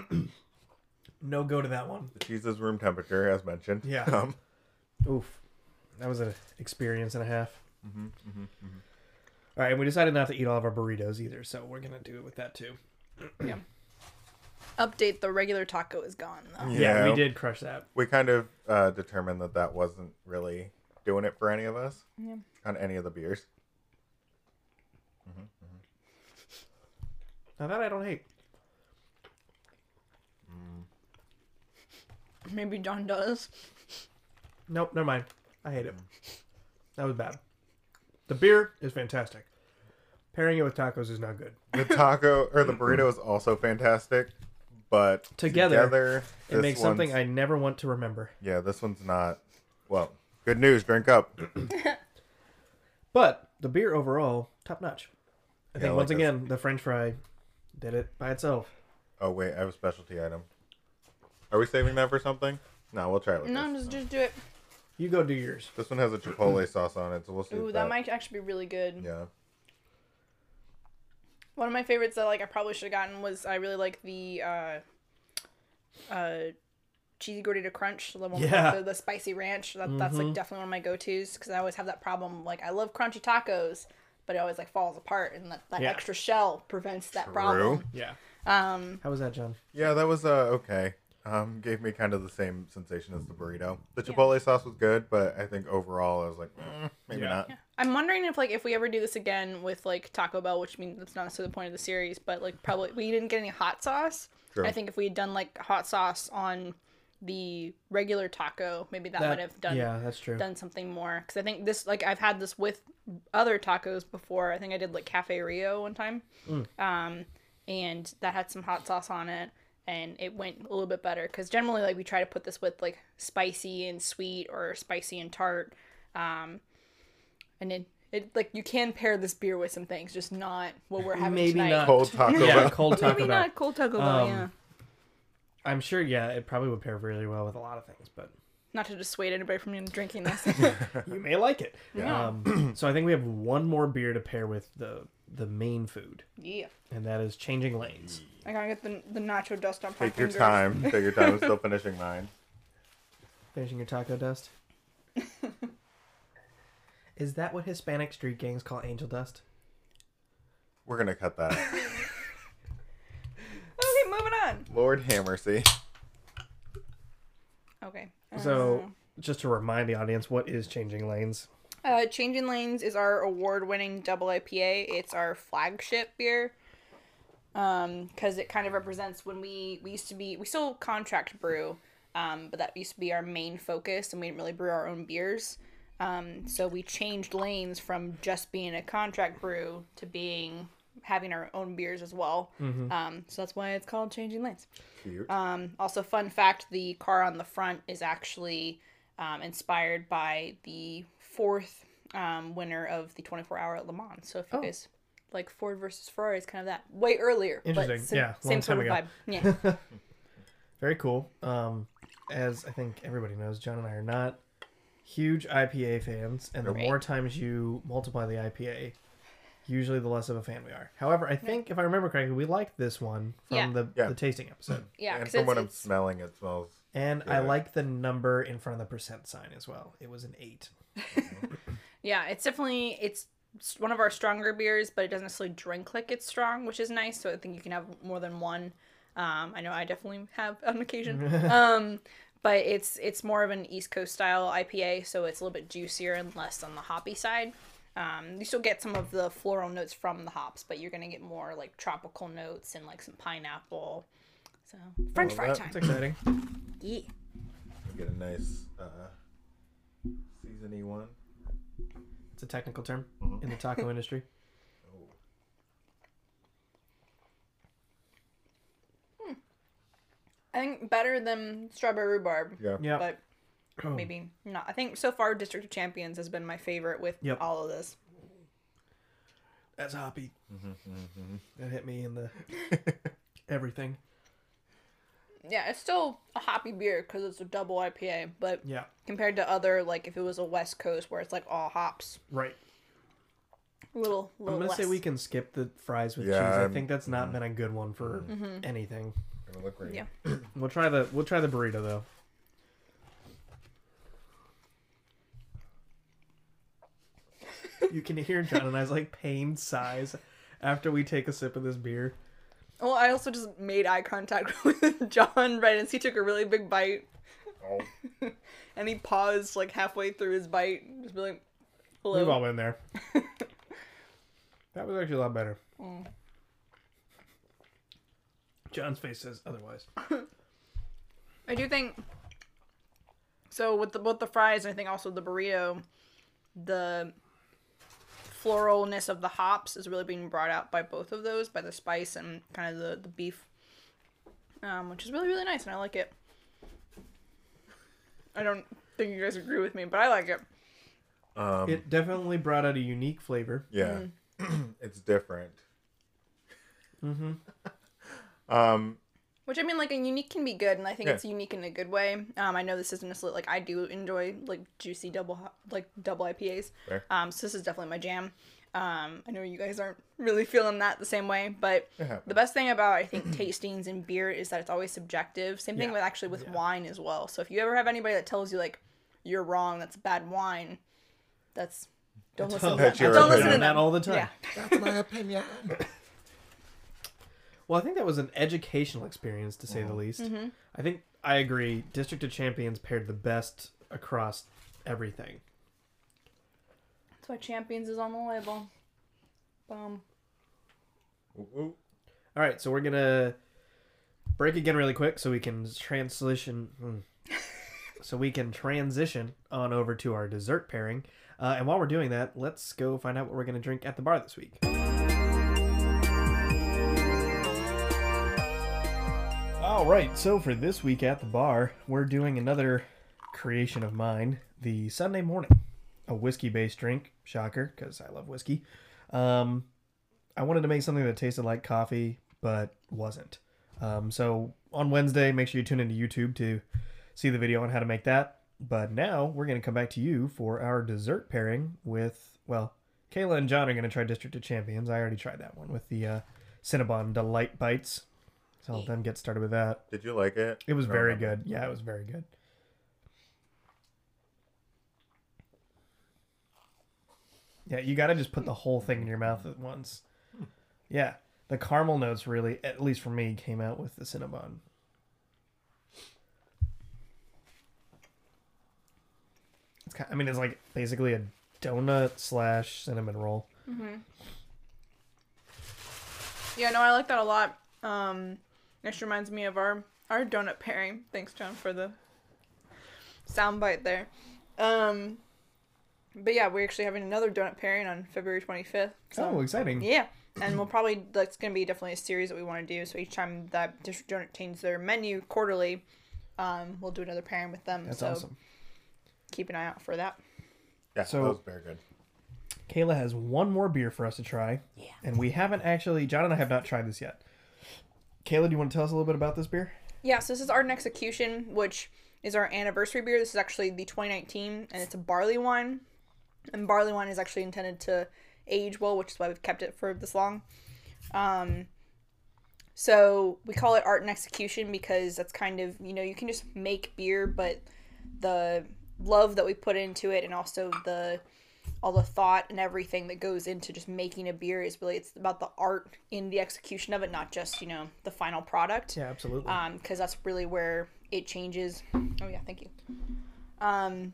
No go to that one. The cheese is room temperature, as mentioned. Yeah. Um, Oof. That was an experience and a half. Mm-hmm, All right, and we decided not to eat all of our burritos either, so we're gonna do it with that too. Update: the regular taco is gone though. Yeah, Yeah. we did crush that. we kind of uh, determined that that wasn't really doing it for any of us Yeah. on any of the beers. Now that I don't hate. Maybe John does. Nope, never mind. I hate it. Mm. That was bad. The beer is fantastic. Pairing it with tacos is not good. The taco or the burrito is also fantastic, but Together, It this makes something one's- I never want to remember. yeah, this one's not. Well, good news. Drink up. But the beer overall, top notch. I Yeah, think I once like this. again, the French fry did it by itself. Oh wait, I have a specialty item. Are we saving that for something? No, we'll try it with No, this. just just do it. You go do yours. This one has a chipotle sauce on it, so we'll see. Ooh, if that might actually be really good. Yeah. One of my favorites that like I probably should have gotten was I really like the uh uh cheesy gordita crunch, the one with Yeah. like, the, the spicy ranch. That, That's like definitely one of my go tos because I always have that problem. Like I love crunchy tacos, but it always like falls apart, and that, that Yeah. extra shell prevents that problem. Yeah. Um, How was that, John? Yeah, that was uh okay. Um, gave me kind of the same sensation as the burrito. The chipotle sauce was good, but I think overall I was like, "Mm, maybe Yeah. not. I'm wondering if like if we ever do this again with like Taco Bell, which means that's not necessarily the point of the series, but like probably we didn't get any hot sauce. True. I think if we had done like hot sauce on the regular taco, maybe that, That- would have done Yeah, that's true. done something more because I think this like I've had this with other tacos before. I think I did like Cafe Rio one time, Mm. um, and that had some hot sauce on it, and it went a little bit better because generally like we try to put this with like spicy and sweet or spicy and tart, um, and it it like you can pair this beer with some things, just not what we're having Maybe tonight. not. Cold taco. yeah, Bell. cold Taco Maybe Bell. not cold taco Bell, Um, yeah. I'm sure, yeah, it probably would pair really well with a lot of things, but Not to dissuade anybody from drinking this. you may like it. Yeah. Um, so I think we have one more beer to pair with the the main food, yeah, and that is Changing Lanes. I gotta get the, the nacho dust off. my Take your fingers. time. Take your time. I'm still finishing mine. Finishing your taco dust. is that what Hispanic street gangs call angel dust? We're gonna cut that. Okay, moving on. Lord Hammersey. Okay. So, just to remind the audience, what is Changing Lanes? Uh, Changing Lanes is our award-winning double IPA. It's our flagship beer, um, because it kind of represents when we we used to be we still contract brew, um, but that used to be our main focus, and we didn't really brew our own beers. Um, so we changed lanes from just being a contract brew to being having our own beers as well. Um, so that's why it's called Changing Lanes. Cute. Um, also, fun fact the car on the front is actually um, inspired by the fourth um, winner of the 24 hour at Le Mans. So, if Oh. you guys like Ford versus Ferrari, it's kind of that way earlier. Interesting. But sim- Yeah, Same long sort of time vibe. Yeah. Very cool. Um, as I think everybody knows, John and I are not huge IPA fans, and the Right. more times you multiply the IPA, usually the less of a fan we are. However, I think if I remember correctly, we liked this one from Yeah. the, Yeah. the tasting episode, Yeah. and 'cause from it's, what I'm it's- smelling, it smells. and I Yeah. like the number in front of the percent sign as well. It was an eight. yeah, it's definitely it's s- one of our stronger beers, but it doesn't necessarily drink like it's strong, which is nice. So, I think you can have more than one. Um, I know I definitely have on occasion. um, but it's it's more of an East Coast style IPA, so it's a little bit juicier and less on the hoppy side. Um, you still get some of the floral notes from the hops, but you're gonna get more like tropical notes and like some pineapple. So French fry It's that. time. exciting. Yeah. You get a nice uh, seasony one. It's a technical term Mm-hmm. in the taco industry. I think better than strawberry rhubarb, Yeah. Yeah. Oh, but maybe not. I think so far District of Champions has been my favorite with Yep. all of this. That's hoppy. Mm-hmm, That hit me in the everything. Yeah, it's still a hoppy beer because it's a double IPA, but Yeah. compared to other like if it was a West Coast where it's like all hops, Right. a little, I'm little gonna less. say we can skip the fries with Yeah, cheese. I I'm- mm-hmm. think that's not been a good one for Mm-hmm. anything. Gonna look right. Yeah. We'll try the we'll try the burrito though. you can hear John and I's like pained sighs after we take a sip of this beer. Well, I also just made eye contact with John right as he took a really big bite, Oh, and he paused like halfway through his bite, just be like, "Hello." We've all been there. that was actually a lot better. Mm. John's face says otherwise. Um, I do think so with the both the fries and I think also the burrito, the floralness of the hops is really being brought out by both of those by the spice and kind of the the beef, um, which is really really nice and I like it. I don't think you guys agree with me, but I like it. Um, It definitely brought out a unique flavor. yeah, Mm. it's different. Mm-hmm. um, Which I mean, like a unique can be good, and I think Yeah. it's unique in a good way. Um, I know this isn't necessarily like I do enjoy like juicy double ho- like double IPAs. Fair. Um, so this is definitely my jam. Um, I know you guys aren't really feeling that the same way, but the happens. best thing about I think tastings in beer is that it's always subjective. Same thing Yeah. with actually with wine as well. So if you ever have anybody that tells you like you're wrong, that's bad wine, that's don't listen. To That's them. your Don't listen Done opinion. to that them. all the time. Yeah. that's my opinion. Well, I think that was an educational experience, to say the least. I think I agree. District of Champions paired the best across everything. That's why Champions is on the label. Boom. All right, so we're gonna break again really quick, so we can transition. hmm. so we can transition on over to our dessert pairing. Uh, and while we're doing that, let's go find out what we're gonna drink at the bar this week. All right, so for this week at the bar, we're doing another creation of mine, the Sunday morning, a whiskey-based drink. Shocker, because I love whiskey. Um, I wanted to make something that tasted like coffee, but wasn't. Um, so on Wednesday, make sure you tune into YouTube to see the video on how to make that. But now we're going to come back to you for our dessert pairing with, well, Kayla and John are going to try District of Champions. I already tried that one with the uh, Cinnabon Delight Bites. So I'll then get started with that. Did you like it? It was I don't very remember. good. Yeah, it was very good. Yeah, you got to just put the whole thing in your mouth at once. Yeah, the caramel notes really, at least for me, came out with the Cinnabon. It's kind I mean, it's like basically a donut slash cinnamon roll. Yeah, no, I like that a lot. Um, this reminds me of our our donut pairing. Thanks, John, for the soundbite there. Um, but yeah, we're actually having another donut pairing on February twenty fifth. oh, exciting! Yeah, and we'll probably that's gonna be definitely a series that we want to do. So each time that District Donut changes their menu quarterly, um, we'll do another pairing with them. That's so awesome. Keep an eye out for that. Yeah, So- that was very good. Kayla has one more beer for us to try. Yeah. And we haven't actually, John and I have not tried this yet. Kayla, do you want to tell us a little bit about this beer? Yeah, so this is Art and Execution, which is our anniversary beer. This is actually the 2019, and it's a barley wine. And barley wine is actually intended to age well, which is why we've kept it for this long. Um, so we call it Art and Execution because that's kind of, you know, you can just make beer, but the love that we put into it and also the all the thought and everything that goes into just making a beer is really it's about the art in the execution of it not just you know the final product Yeah, absolutely. um because that's really where it changes oh yeah thank you um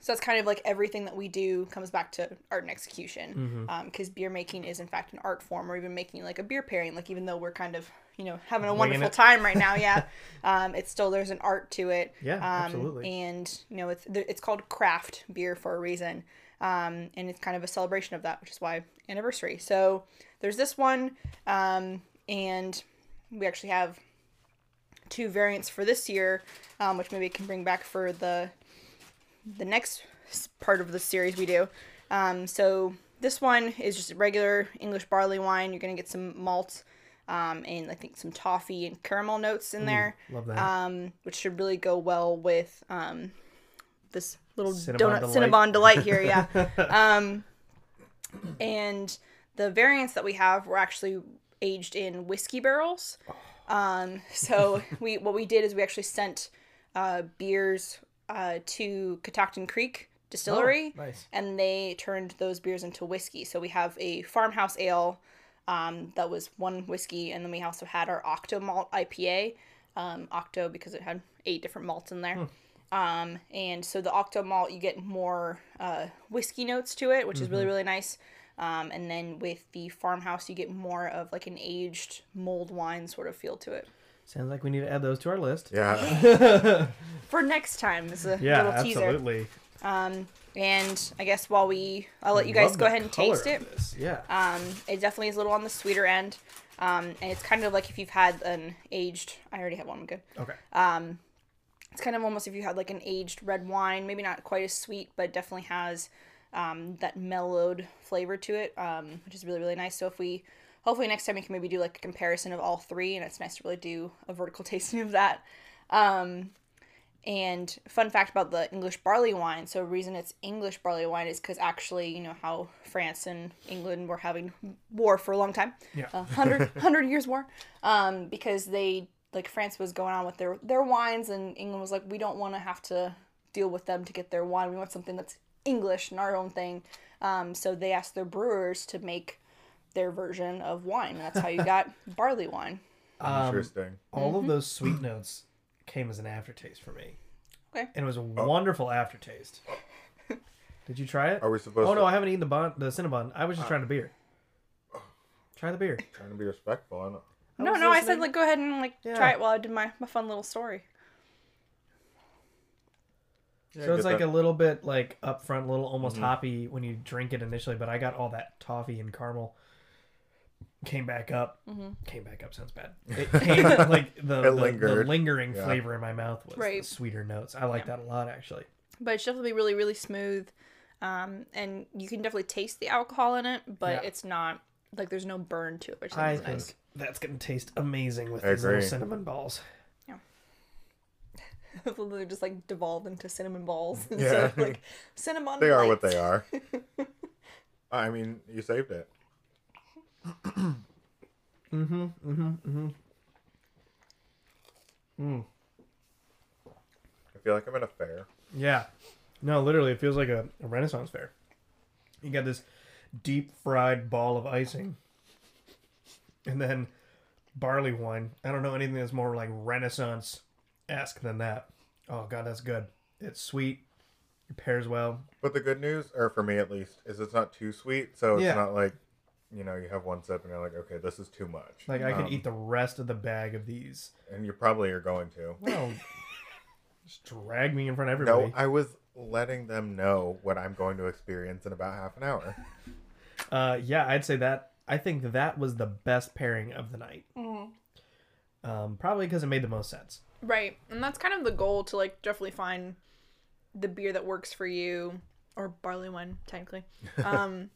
so that's kind of like everything that we do comes back to art and Mm-hmm. execution because beer making is in fact an art form or even making like a beer pairing like even though we're kind of you know having a wonderful it. time right now yeah um it's still there's an art to it Yeah, um, absolutely. and you know it's th- it's called craft beer for a reason um and it's kind of a celebration of that which is why anniversary so there's this one um and we actually have two variants for this year, um, which maybe I can bring back for the the next s- part of the series we do. Um, so this one is just regular English barley wine. You're gonna get some malt, um, and I think some toffee and caramel notes in there, Love that. um, which should really go well with um, this little Cinnabon donut delight. Cinnabon delight here. Yeah. um, and the variants that we have were actually aged in whiskey barrels. Oh. Um, so we what we did is we actually sent uh, beers uh, to Catoctin Creek Oh, distillery nice. and they turned those beers into whiskey. So we have a farmhouse ale um, that was one whiskey, and then we also had our Octo Malt IPA. Um, Octo because it had eight different malts in there. Hmm. Um, and so the Octo Malt, you get more uh, whiskey notes to it, which is Mm-hmm. really, really nice. Um, and then with the farmhouse, you get more of like an aged mold wine sort of feel to it. Sounds like we need to add those to our list. Yeah. For next time, this is a Yeah, little teaser. absolutely. And I guess while we, I'll let you guys Love go the ahead and color taste it. of this. Yeah. Um, it definitely is a little on the sweeter end. Um, and it's kind of like if you've had an aged, I already have one, I'm good. okay. It's kind of almost if you had like an aged red wine, maybe not quite as sweet, but it definitely has um, that mellowed flavor to it, um, which is really, really nice. So if we, hopefully next time we can maybe do like a comparison of all three, and it's nice to really do a vertical tasting of that. Um, And fun fact about the English barley wine. So reason it's English barley wine is because actually, you know how France and England were having war for a long time. Yeah. A hundred hundred years war. Um, because they like France was going on with their their wines, and England was like, we don't want to have to deal with them to get their wine. We want something that's English and our own thing. Um, so they asked their brewers to make their version of wine, and that's how you got barley wine. Um, Interesting. All Mm-hmm. of those sweet notes came as an aftertaste for me. Okay. And it was a wonderful aftertaste. Did you try it? Are we supposed Oh no, to- I haven't eaten the bon- the Cinnabon. I was just trying the beer. Try the beer. Trying to be respectful. I know. no, was no, I said listening. like go ahead and like Yeah. try it while I did my, my fun little story. so it's get like that. Mm-hmm. a little bit like up front, little almost hoppy when you drink it initially, but I got all that toffee and caramel. Came back up. Came back up sounds bad. It came like the, the, the lingered. lingering Yeah. flavor in my mouth was the Right. sweeter notes. I like that a lot actually. but it's definitely really really smooth um and you can definitely taste the alcohol in it but Yeah. it's not like there's no burn to it which I is think nice that's gonna taste amazing with I these little agree. cinnamon balls. they're just like devolved into cinnamon balls instead Yeah. of like cinnamon They are what lights. they are. I mean, you saved it. Mm-hmm, Mm. I feel like I'm at a fair. Yeah. No, literally, it feels like a, a Renaissance fair. You got this deep fried ball of icing, and then barley wine. I don't know anything that's more like Renaissance esque than that. Oh god, that's good. It's sweet. It pairs well. But the good news, or for me at least, is it's not too sweet, so it's Yeah. not like, you know, you have one sip and you're like, okay, this is too much. Like I could Um, eat the rest of the bag of these. And you probably are going to. Well, just drag me in front of everybody. No, I was letting them know what I'm going to experience in about half an hour. Uh, yeah, I'd say that. I think that was the best pairing of the night. Um, probably because it made the most sense. right and that's kind of the goal to like definitely find the beer that works for you or barley wine technically um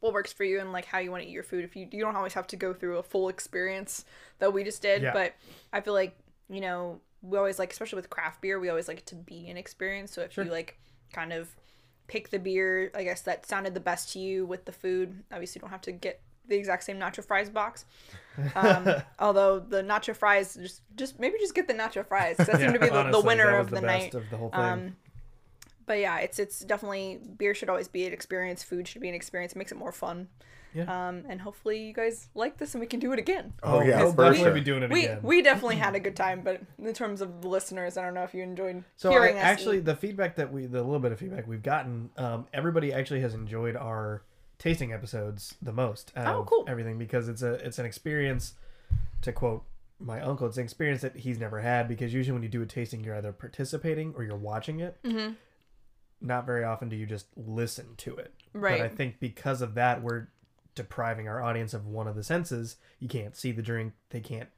what works for you and like how you want to eat your food if you you don't always have to go through a full experience that we just did Yeah. but i feel like you know we always like especially with craft beer we always like it to be an experience so if you like kind of pick the beer i guess that sounded the best to you with the food obviously you don't have to get the exact same nacho fries box um, although the nacho fries just just maybe just get the nacho fries 'cause that seemed to be the, Honestly, the winner that was of the, best night of the whole thing. um, but yeah, it's it's definitely beer should always be an experience. Food should be an experience. It makes it more fun. Yeah. Um, and hopefully you guys like this and we can do it again. Oh, yeah, we'll for definitely sure. be doing it We again. we definitely had a good time, but in terms of the listeners, I don't know if you enjoyed so I, hearing us. actually, eat. the feedback that we, the little bit of feedback we've gotten, um, everybody actually has enjoyed our tasting episodes the most. Out Oh, of cool. Everything because it's a it's an experience. To quote my uncle, it's an experience that he's never had because usually when you do a tasting, you're either participating or you're watching it. Mm-hmm. Not very often do you just listen to it. Right. But I think because of that, we're depriving our audience of one of the senses. You can't see the drink. They can't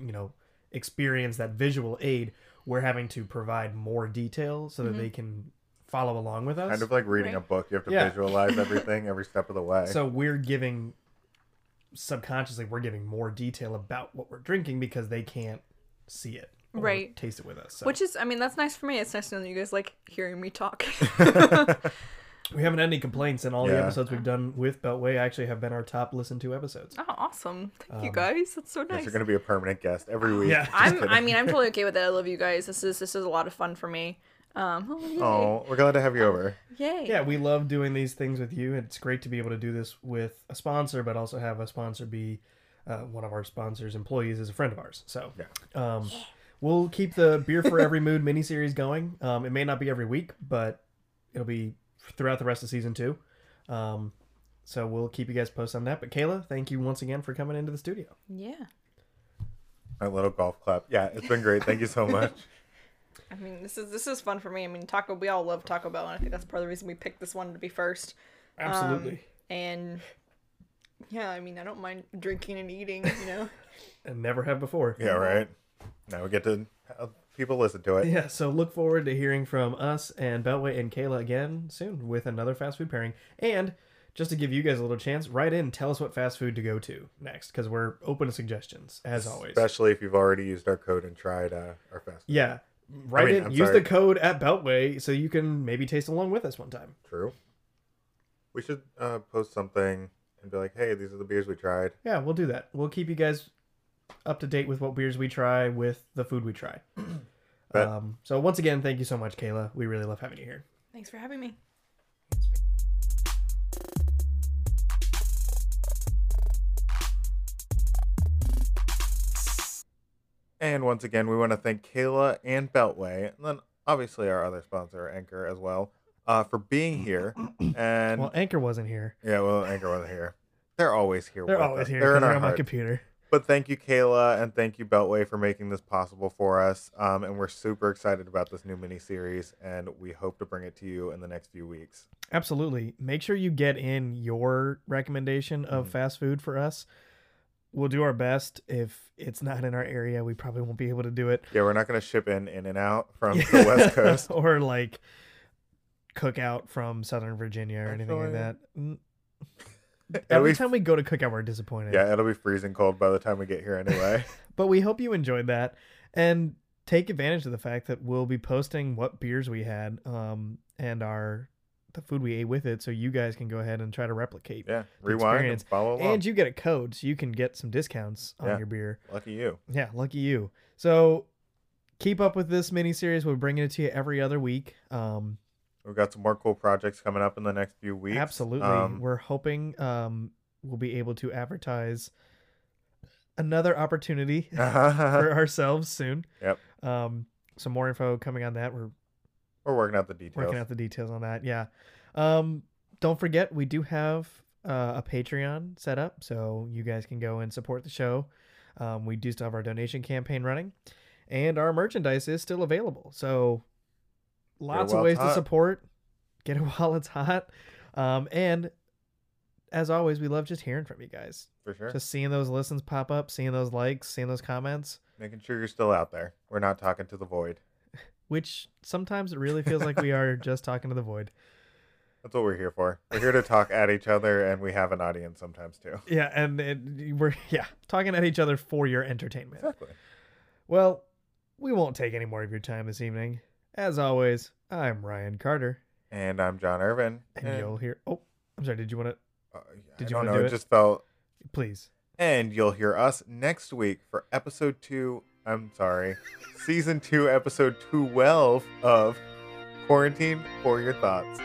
you know experience that visual aid we're having to provide more detail so that Mm-hmm. they can follow along with us Kind of like reading a book. You have to Yeah. visualize everything every step of the way. so we're giving subconsciously we're giving more detail about what we're drinking because they can't see it or Right. taste it with us so which is I mean that's nice for me. It's nice to know that you guys like hearing me talk. we haven't had any complaints and all the Yeah. episodes we've done with beltway actually have been our top listened to episodes oh, awesome! Thank you guys. That's so Yes, nice. you're going to be a permanent guest every week. Yeah. Just I'm kidding. I mean I'm totally okay with it. I love you guys. This is this is a lot of fun for me. Um, oh, yay. Oh, we're glad to have you over. yay. Yeah, we love doing these things with you. and It's great to be able to do this with a sponsor, but also have a sponsor be uh, one of our sponsors' employees is a friend of ours. So Yeah. um, we'll keep the Beer for Every Mood miniseries going. Um, it may not be every week, but it'll be throughout the rest of season two. Um, so we'll keep you guys posted on that. But Kayla, thank you once again for coming into the studio. Yeah. My little golf clap. Yeah, it's been great. Thank you so much. I mean, this is this is fun for me. I mean, Taco. We all love Taco Bell, and I think that's part of the reason we picked this one to be first. Absolutely. And yeah, I mean, I don't mind drinking and eating. You know. and never have before. Yeah, right. Now we get to have people listen to it. Yeah, so look forward to hearing from us and Beltway and Kayla again soon with another fast food pairing. And just to give you guys a little chance, write in, tell us what fast food to go to next, because we're open to suggestions, as always. Especially if you've already used our code and tried uh, our fast food. Yeah. Write mean, in, I'm use sorry. the code at Beltway so you can maybe taste along with us one time. True. We should uh, post something and be like, hey, these are the beers we tried. Yeah, we'll do that. We'll keep you guys up to date with what beers we try, with the food we try. Bet. um, so once again, thank you so much, Kayla. We really love having you here. Thanks for having me. And once again, we want to thank Kayla and Beltway, and then obviously our other sponsor, Anchor, as well, uh, for being here. And Well, Anchor wasn't here. yeah, well, Anchor wasn't here. They're always here. They're with always us. here. They're 'cause in our on my hearts. computer. But thank you, Kayla, and thank you, Beltway, for making this possible for us. Um, and we're super excited about this new mini series, and we hope to bring it to you in the next few weeks. Absolutely. Make sure you get in your recommendation of Mm-hmm. fast food for us. We'll do our best. If it's not in our area, we probably won't be able to do it. Yeah, we're not going to ship in In and Out from the West Coast. or like cookout from Southern Virginia or anything like Actually- that. Mm. It'll Every be- time we go to cookout, we're disappointed. Yeah, it'll be freezing cold by the time we get here anyway. But we hope you enjoyed that and take advantage of the fact that we'll be posting what beers we had um, and our the food we ate with it, so you guys can go ahead and try to replicate. Yeah, rewind experience. and follow along. And you get a code so you can get some discounts on Yeah. your beer. Lucky you. Yeah, lucky you. So keep up with this mini series. We're bringing it to you every other week. Um, We've got some more cool projects coming up in the next few weeks. absolutely. Um, We're hoping um, we'll be able to advertise another opportunity we're for ourselves soon. Yep. Um, some more info coming on that. We're working out the details. working out the details on that. Yeah. Um, don't forget, we do have uh, a Patreon set up, so you guys can go and support the show. Um, we do still have our donation campaign running, and our merchandise is still available. So, lots of while ways it's to hot. support. Get it while it's hot. Um, and as always, we love just hearing from you guys. for sure. Just seeing those listens pop up, seeing those likes, seeing those comments, Making sure you're still out there. We're not talking to the void. which sometimes it really feels like we are just talking to the void. That's what we're here for. We're here to talk at each other, and we have an audience sometimes too. Yeah, and it, we're yeah talking at each other for your entertainment. Exactly. Well, we won't take any more of your time this evening. As always, I'm Ryan Carter, And I'm John Irvin. and you'll hear. Oh, I'm sorry. Did you want to? uh, Did you I don't wanna know. do it it? just felt. Please. And you'll hear us next week for episode two. I'm sorry, season two, episode twelve of Quarantine for Your Thoughts.